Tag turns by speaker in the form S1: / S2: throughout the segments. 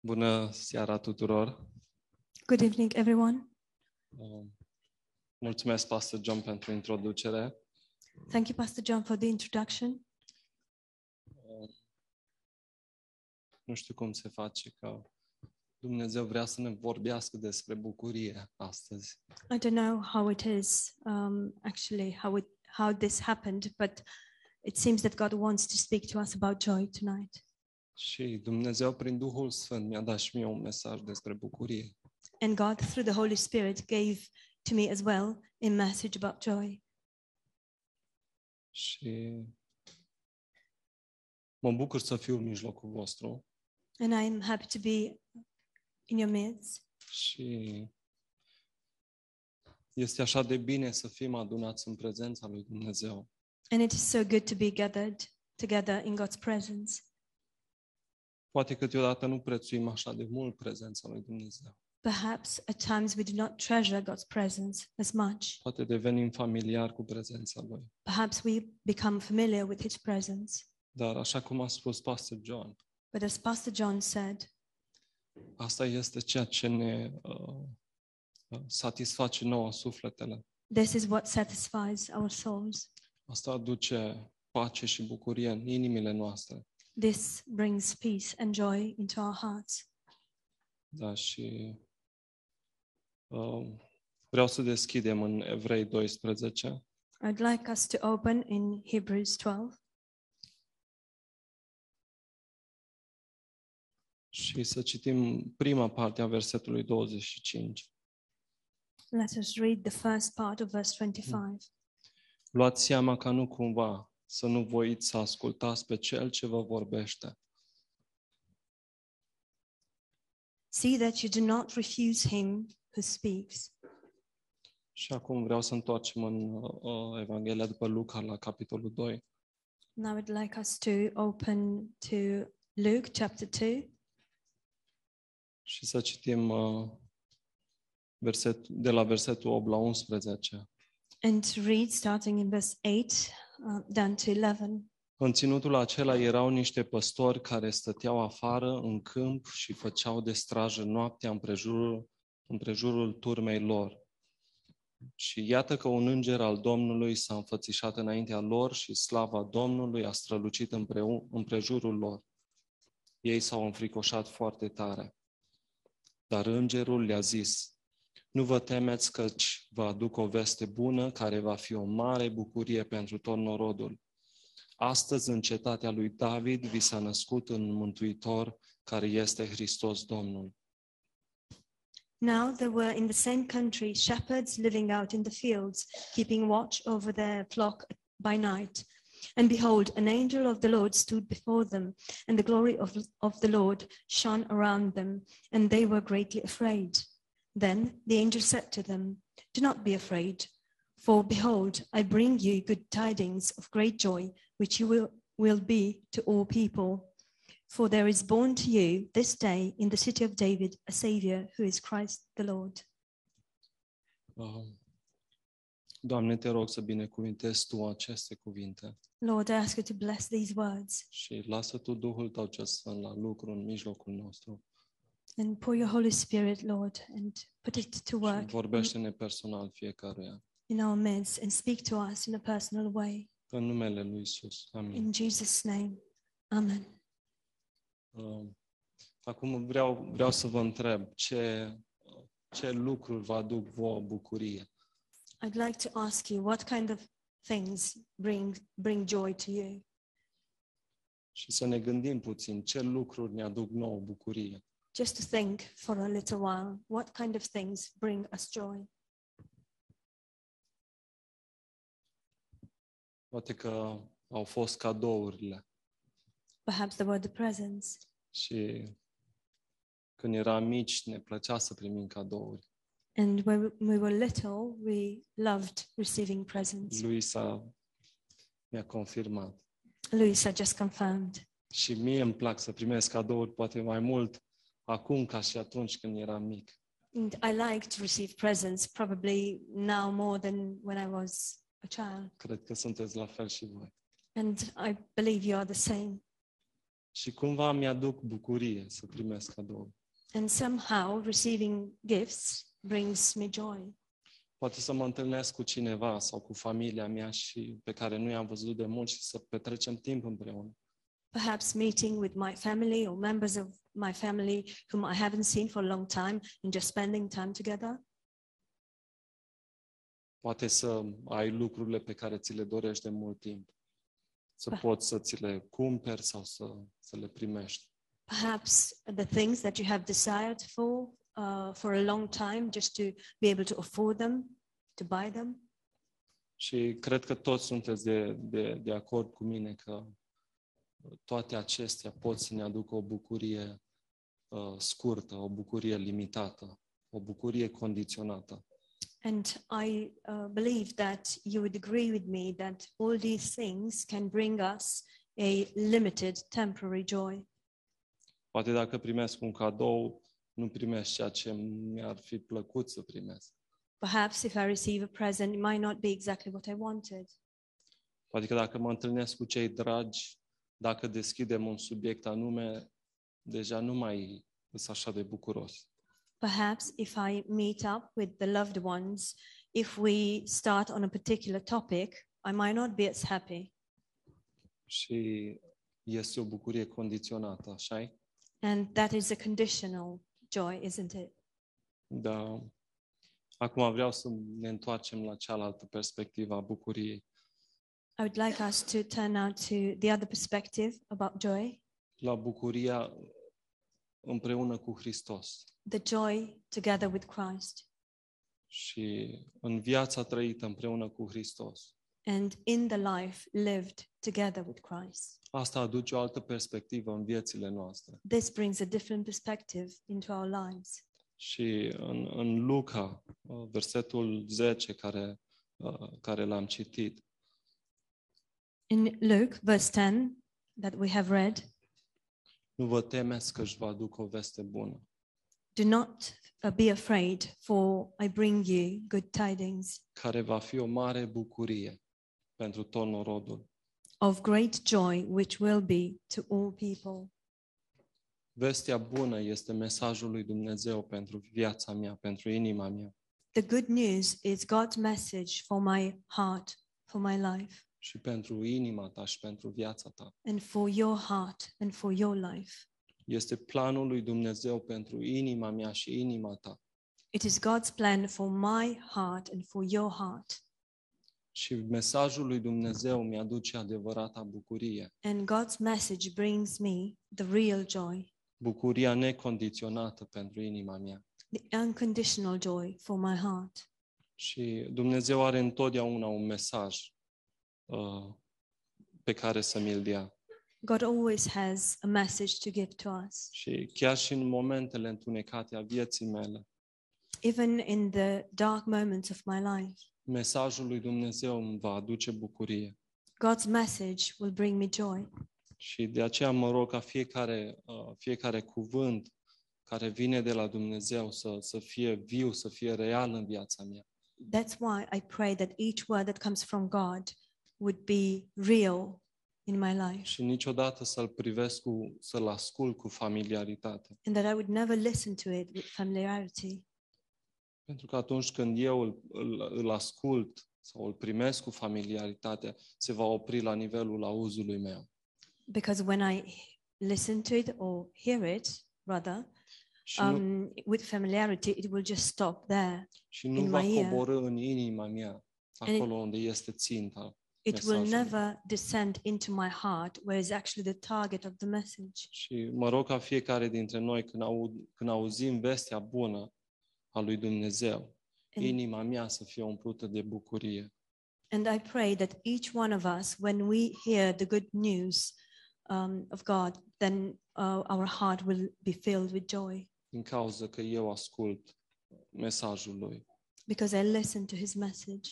S1: Bună seara tuturor!
S2: Good evening, everyone.
S1: Um, Mulțumesc, Pastor John, pentru introducere.
S2: Thank you, Pastor John, for the introduction.
S1: Um, Nu știu cum se face că Dumnezeu vrea să ne vorbească despre bucurie astăzi.
S2: I don't know how it is um, actually how it how this happened, but it seems that God wants to speak to us about joy tonight.
S1: Și Dumnezeu, prin Duhul Sfânt, mi-a dat și mie un mesaj despre bucurie.
S2: And God, through the Holy Spirit, gave to me as well a message about joy.
S1: Și mă bucur să fiu în mijlocul vostru
S2: And I am happy to be in your midst.
S1: și este așa de bine să fim adunați în prezența lui Dumnezeu.
S2: And it is so good to be gathered together in God's presence.
S1: Poate câteodată nu prețuim așa de mult prezența lui Dumnezeu.
S2: Perhaps at times we do not treasure God's presence as much.
S1: Poate devenim familiar cu prezența lui.
S2: Perhaps we become familiar with His presence.
S1: Dar așa cum a spus Pastor John,
S2: But as Pastor John said,
S1: asta este ceea ce ne uh, uh, satisface nouă sufletele.
S2: This is what satisfies our souls.
S1: Asta aduce pace și bucurie în inimile noastre.
S2: This brings peace and joy into our hearts.
S1: Da, și uh, vreau să deschidem în Evrei 12.
S2: I'd like us to open in Hebrews 12
S1: Și să citim prima parte a versetului 25.
S2: Let us read the first part of verse 25.
S1: Luați seama ca nu cumva să nu voiți să ascultați pe Cel ce vă vorbește,
S2: See that you do not refuse him who speaks.
S1: Și acum vreau să întoarcem în uh, Evanghelia după Luca la capitolul 2
S2: Now I'd like us to open to Luke chapter 2
S1: și să citim uh, verset, de la versetul 8 la 11.
S2: and to read starting in verse 8 uh, down to 11.
S1: În ținutul acela erau niște păstori care stăteau afară în câmp și făceau de strajă noaptea împrejurul, împrejurul turmei lor. Și iată că un înger al Domnului s-a înfățișat înaintea lor și slava Domnului a strălucit împreu- împrejurul lor. Ei s-au înfricoșat foarte tare. Dar îngerul le-a zis, nu vă temeți căci vă aduc o veste bună care va fi o mare bucurie pentru tot norodul. Astăzi, în cetatea lui David, vi s-a născut un mântuitor care este Hristos Domnul.
S2: Now there were in the same country shepherds living out in the fields, keeping watch over their flock by night. And behold, an angel of the Lord stood before them, and the glory of, of the Lord shone around them, and they were greatly afraid. Then the angel said to them, Do not be afraid, for behold, I bring you good tidings of great joy, which you will, will be to all people. For there is born to you this day in the city of David a Savior who is Christ the Lord.
S1: Uh, Doamne, te rog să binecuvintezi Tu aceste cuvinte
S2: Lord, I ask you to bless these words
S1: și lasă Tu Duhul Tău cel Sfânt la lucru în mijlocul nostru
S2: and pour your Holy Spirit, Lord, and put it to
S1: și
S2: work
S1: vorbește-ne personal fiecăruia.
S2: in our midst and speak to us in a personal way.
S1: În numele Lui Isus. Amin.
S2: In Jesus' name, Amen.
S1: Uh, Acum vreau, vreau să vă întreb ce, ce lucruri vă aduc vouă bucurie.
S2: I'd like to ask you what kind of things bring, bring joy to you
S1: și să ne gândim puțin ce lucruri ne aduc nouă bucurie.
S2: just to think for a little while what kind of things bring us joy
S1: Poate că au fost cadourile
S2: perhaps there were the presents
S1: și când eram mici ne plăcea să primim cadouri.
S2: And when we were little, we loved receiving presents.
S1: Luisa mi-a confirmat.
S2: Luisa just confirmed.
S1: Și mie îmi plac să primesc cadouri poate mai mult acum ca și atunci când eram mic.
S2: And I like to receive presents probably now more than when I was a child.
S1: Cred că sunteți la fel și voi.
S2: And I believe you are the same.
S1: și cumva mi-aduc bucurie să primesc cadou.
S2: And somehow receiving gifts brings me joy.
S1: Poate să mă întâlnesc cu cineva sau cu familia mea și pe care nu i-am văzut de mult și să petrecem timp împreună.
S2: Perhaps meeting with my family or members of my family whom I haven't seen for a long time and just spending time together.
S1: Poate să ai lucrurile pe care ți le dorești de mult timp. Să
S2: Da.
S1: poți să ți le cumperi sau să, să le primești.
S2: Perhaps the things that you have desired for uh, for a long time just to be able to afford them, to buy them.
S1: Și cred că toți sunteți de, de, de acord cu mine că toate acestea pot să ne aducă o bucurie uh, scurtă, o bucurie limitată, o bucurie condiționată.
S2: And I uh, believe that you would agree with me that all these things can bring us a limited temporary joy.
S1: Poate dacă primesc un cadou, nu primesc ceea ce mi-ar fi plăcut să primesc.
S2: Perhaps if I receive a present, it might not be exactly what I wanted.
S1: Poate că Adică dacă mă întâlnesc cu cei dragi, dacă deschidem un subiect anume, deja nu mai sunt așa de bucuros.
S2: Perhaps if I meet up with the loved ones, if we start on a particular topic, I might not be as happy.
S1: Și este o bucurie condiționată, așa -i?
S2: And that is a conditional joy, isn't it?
S1: Da. Acum vreau să ne întoarcem la cealaltă perspectivă a bucuriei.
S2: I would like us to turn now to the other perspective about joy
S1: La bucuria împreună cu Hristos.
S2: the joy together with Christ.
S1: Și în viața trăită împreună cu Hristos.
S2: and in the life lived together with Christ.
S1: Asta aduce o altă perspectivă în viețile noastre.
S2: This brings a different perspective into our lives.
S1: Și în, în Luca, uh, versetul 10 care, uh, care l-am citit,
S2: In Luke, verse 10, that we have read,
S1: nu vă temeți că își vă aduc o veste bună.
S2: do not uh, be afraid, for I bring you good tidings
S1: care va fi o mare bucurie pentru tot norodul.
S2: of great joy, which will be to all people.
S1: Vestea bună este mesajul lui Dumnezeu pentru viața mea, pentru inima mea.
S2: The good news is God's message for my heart, for my life,
S1: Și pentru inima ta și pentru viața ta.
S2: and for your heart and for your life.
S1: Este planul lui Dumnezeu pentru inima mea și inima ta.
S2: It is God's plan for my heart and for your heart.
S1: Și mesajul lui Dumnezeu mi-aduce adevărata bucurie.
S2: And God's message brings me the real joy,
S1: Bucuria necondiționată pentru inima mea.
S2: the unconditional joy for my heart.
S1: Și Dumnezeu are întotdeauna un mesaj uh, pe care să mi-l dea.
S2: God always has a message to give to us.
S1: Și chiar și în momentele întunecate a vieții mele,
S2: Even in the dark moments of my life,
S1: mesajul lui Dumnezeu îmi va aduce bucurie.
S2: God's message will bring me joy.
S1: Și de aceea mă rog ca fiecare, uh, fiecare cuvânt care vine de la Dumnezeu să, să fie viu, să fie real în viața mea.
S2: That's why I pray that each word that comes from God would be real in my life
S1: Și niciodată să-l privesc, cu, să-l ascult cu familiaritate.
S2: and that I would never listen to it with familiarity.
S1: Pentru că atunci când eu îl, îl, îl ascult sau îl primesc cu familiaritate, se va opri la nivelul auzului meu.
S2: Because when I listen to it or hear it, rather,
S1: Și nu,
S2: um, with familiarity, it will just stop there.
S1: și nu
S2: in
S1: va
S2: my ear.
S1: coborâ în inima mea,
S2: And it-
S1: acolo unde este ținta.
S2: It will
S1: Mesajul.
S2: never descend into my heart, where is actually the target of the message.
S1: Și mă rog ca fiecare dintre noi, când, au, când auzim vestea bună a lui Dumnezeu,
S2: And,
S1: inima mea să fie umplută de bucurie.
S2: and I pray that each one of us, when we hear the good news um, of God, then uh, our heart will be filled with joy
S1: Din cauza că eu ascult mesajul lui.
S2: because I listen to his message.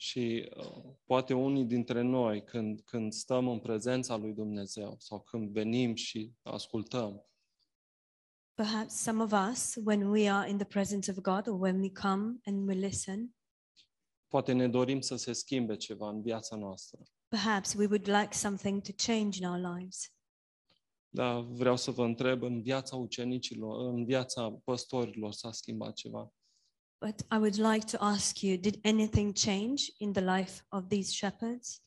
S1: Și uh, poate unii dintre noi, când, când stăm în prezența lui Dumnezeu sau când venim și ascultăm,
S2: Perhaps some of us, when we are in the presence of God or when we come and we listen,
S1: poate ne dorim să se schimbe ceva în viața noastră.
S2: perhaps we would like something to change in our lives.
S1: Dar vreau să vă întreb, în viața ucenicilor, în viața păstorilor s-a schimbat ceva?
S2: But I would like to ask you did anything change in the life of these shepherds?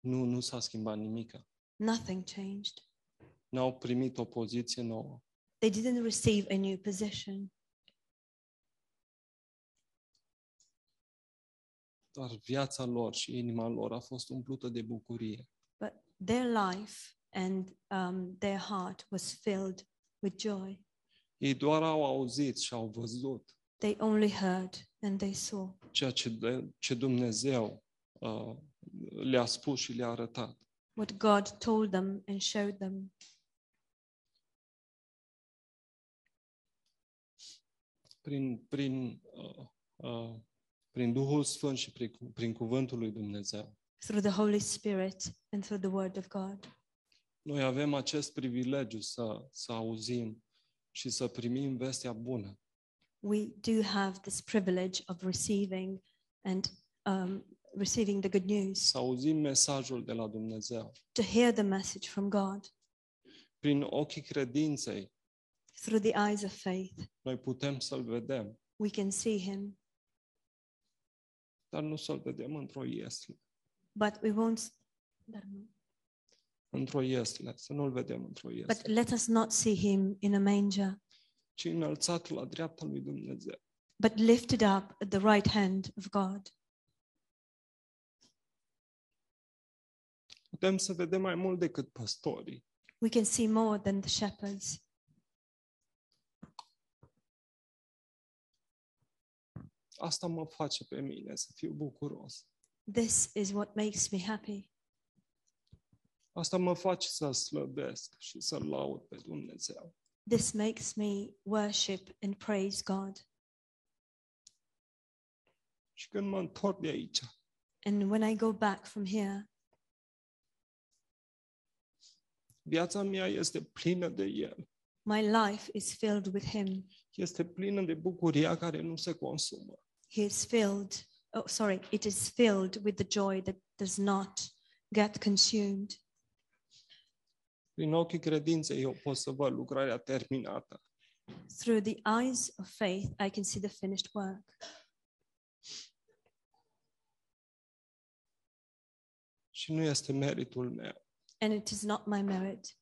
S1: Nu, nu s-a schimbat nimic.
S2: Nothing changed.
S1: N-au primit o poziție nouă.
S2: They didn't receive a new position,
S1: Dar viața lor și inima lor a fost umplută de bucurie.
S2: but their life and um, their heart was filled with joy.
S1: Ei doar au auzit și au văzut
S2: They only heard and they saw
S1: ceea ce, de, ce Dumnezeu uh, le-a spus și le-a arătat.
S2: what God told them and showed them.
S1: prin, prin, uh, uh, prin Duhul Sfânt și prin, cu- prin Cuvântul lui Dumnezeu.
S2: through the Holy Spirit and through the Word of God.
S1: Noi avem acest privilegiu să, să auzim și să primim vestea bună.
S2: We do have this privilege of receiving and um, receiving the good news,
S1: Să auzim mesajul de la Dumnezeu.
S2: to hear the message from God
S1: Prin ochii credinței
S2: through the eyes of faith.
S1: noi putem să-L vedem,
S2: We can see Him,
S1: dar nu să-L vedem într-o iesle.
S2: but we won't.
S1: Într-o iesle, să nu-L vedem într-o
S2: But
S1: iesle,
S2: let us not see Him in a manger,
S1: ci înălțat la dreapta lui Dumnezeu.
S2: but lifted up at the right hand of God.
S1: Putem să vedem mai mult decât păstorii.
S2: We can see more than the shepherds.
S1: Asta mă face pe mine să fiu bucuros.
S2: This is what makes me happy.
S1: Asta mă face să slăbesc și să laud pe Dumnezeu.
S2: This makes me worship and praise God.
S1: Și când mă întorc de aici,
S2: And when I go back from here,
S1: viața mea este plină de El.
S2: my life is filled with Him.
S1: Este plină de bucuria care nu se consumă.
S2: He is filled, oh, sorry, it is filled with the joy that does not get consumed.
S1: Prin ochii credinței eu pot să văd lucrarea terminată.
S2: Through the eyes of faith, I can see the finished work.
S1: Și nu este meritul meu.
S2: And it is not my merit.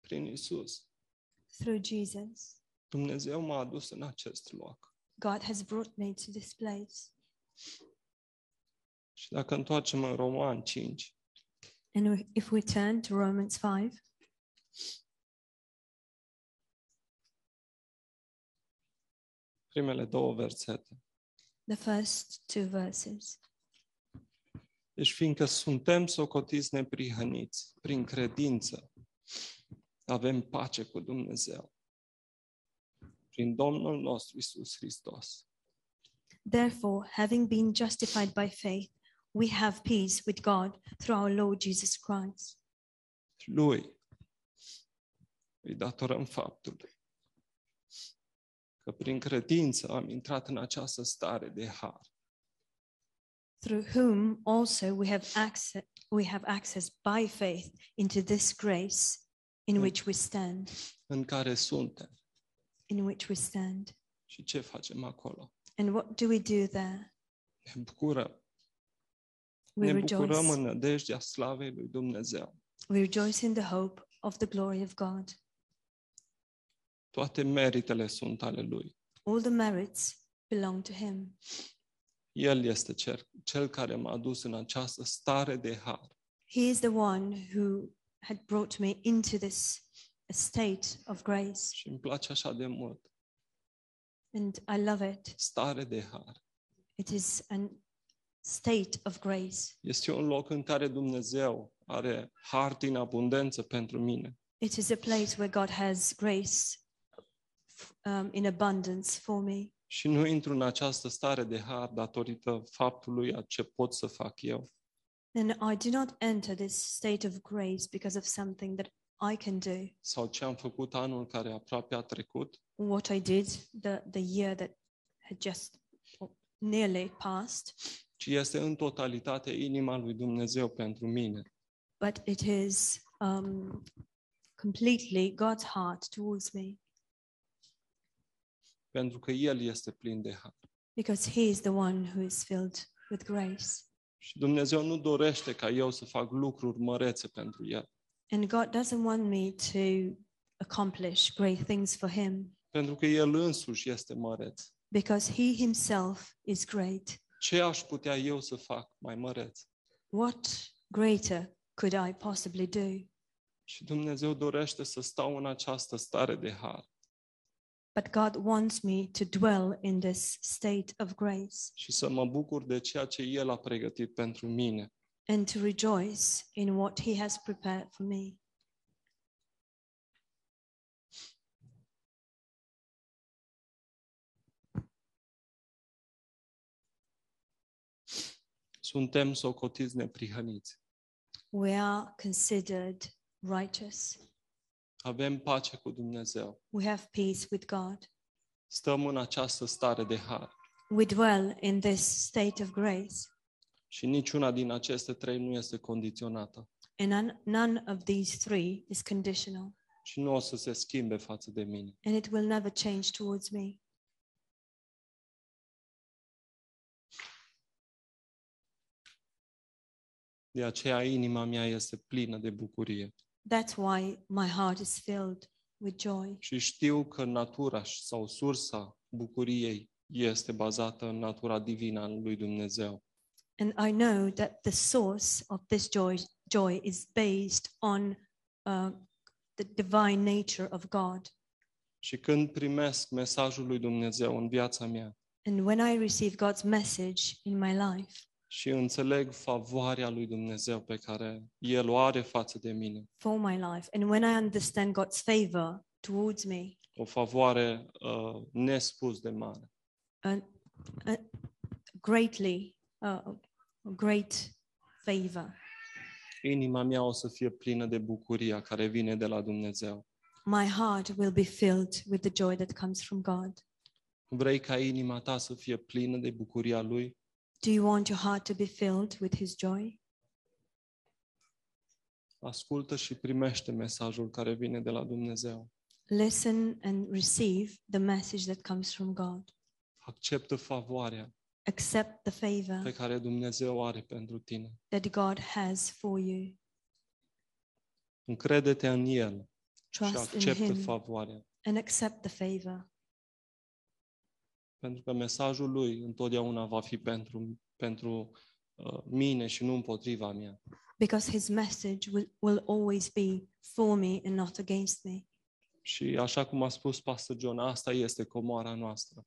S1: Prin Isus,
S2: Through Jesus,
S1: Dumnezeu m-a adus în acest loc.
S2: God has brought me to this place.
S1: Și dacă întoarcem în Roman 5,
S2: And we- if we turn to Romans 5,
S1: primele două versete.
S2: the first two verses.
S1: Deci fiindcă suntem socotiți neprihăniți prin credință, avem pace cu Dumnezeu. Prin Domnul nostru Isus Hristos.
S2: Therefore, having been justified by faith, we have peace with God through our Lord Jesus Christ.
S1: Lui îi datorăm faptul că prin credință am intrat în această stare de har.
S2: through whom also we have access we have access by faith into this grace in
S1: Mm.
S2: which we stand
S1: în care suntem
S2: in which we stand
S1: și ce facem acolo.
S2: and what do we do there
S1: Ne bucurăm.
S2: we
S1: ne bucurăm
S2: rejoice
S1: în nădejdea slavei lui Dumnezeu.
S2: we rejoice in the hope of the glory of god
S1: Toate meritele sunt ale lui.
S2: all the merits belong to him
S1: El este cer, cel care m-a dus în această stare de har.
S2: he is the one who had brought me into this state of grace
S1: Și îmi place așa de mult.
S2: and i love it
S1: Stare de har.
S2: it is an state of grace
S1: Este un loc în care Dumnezeu are har din abundență pentru mine.
S2: It is a place where God has grace um, in abundance for me.
S1: Și nu intru în această stare de har datorită faptului a ce pot să fac eu,
S2: And I do not enter this state of grace because of something that I can do,
S1: sau ce am făcut anul care aproape a trecut,
S2: what I did the, the year that had just or nearly passed,
S1: ci este în totalitate inima lui Dumnezeu pentru mine.
S2: but it is um, completely God's heart towards me
S1: pentru că El este plin de har.
S2: because He is the one who is filled with grace.
S1: Și Dumnezeu nu dorește ca eu să fac lucruri mărețe pentru El,
S2: And God doesn't want me to accomplish great things for Him
S1: pentru că El însuși este măreț.
S2: because He Himself is great.
S1: Ce aș putea eu să fac mai măreț?
S2: What greater could I possibly do?
S1: Și Dumnezeu dorește să stau în această stare de har.
S2: But God wants me to dwell in this state of grace
S1: și să mă bucur de ceea ce El a pregătit pentru mine.
S2: and to rejoice in what He has prepared for me.
S1: Suntem socotiți neprihăniți.
S2: We are considered righteous.
S1: Avem pace cu Dumnezeu.
S2: We have peace with God.
S1: Stăm în această stare de har.
S2: We dwell in this state of grace,
S1: Și niciuna din aceste trei nu este condiționată.
S2: and none, none of these three is conditional,
S1: Și nu o să se schimbe față de mine.
S2: and it will never change towards me.
S1: De aceea inima mea este plină de bucurie.
S2: That's why my heart is filled with joy.
S1: Și știu că natura și- sau sursa bucuriei este bazată în natura divină a lui Dumnezeu.
S2: And I know that the source of this joy, joy is based on uh, the divine nature of God.
S1: Și când primesc mesajul lui Dumnezeu în viața mea,
S2: And when I receive God's message in my life,
S1: și înțeleg favoarea lui Dumnezeu pe care El o are față de mine.
S2: for my life, and when I understand God's favor towards me,
S1: O favoare uh, nespus de mare.
S2: and uh, greatly, uh, great favor,
S1: Inima mea o să fie plină de bucuria care vine de la Dumnezeu.
S2: my heart will be filled with the joy that comes from God.
S1: Vrei ca inima ta să fie plină de bucuria Lui?
S2: Do you want your heart to be filled with His joy?
S1: Ascultă și primește mesajul care vine de la Dumnezeu.
S2: Listen and receive the message that comes from God.
S1: Acceptă favoarea
S2: accept the favor
S1: pe care Dumnezeu o are pentru tine.
S2: that God has for you.
S1: Încrede-te în El și
S2: Trust in
S1: acceptă
S2: Him
S1: favoarea.
S2: and accept the favor
S1: Pentru că mesajul lui întotdeauna va fi pentru, pentru uh, mine și nu împotriva mea.
S2: because His message will, will always be for me and not against me.
S1: Și așa cum a spus Pastor John, asta este comoara noastră.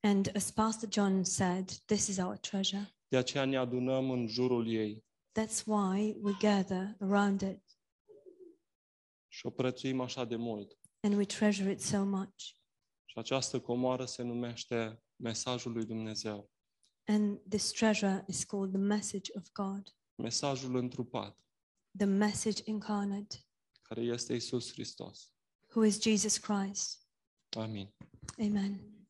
S2: And as Pastor John said, this is our treasure.
S1: De aceea ne adunăm în jurul ei
S2: That's why we gather around it
S1: și o prețuim așa de mult.
S2: and we treasure it so much.
S1: Și această comoară se numește mesajul lui Dumnezeu,
S2: And this treasure is called the message of God,
S1: mesajul întrupat,
S2: the message incarnate,
S1: care este Isus Hristos.
S2: who is Jesus Christ.
S1: Amin.
S2: Amen.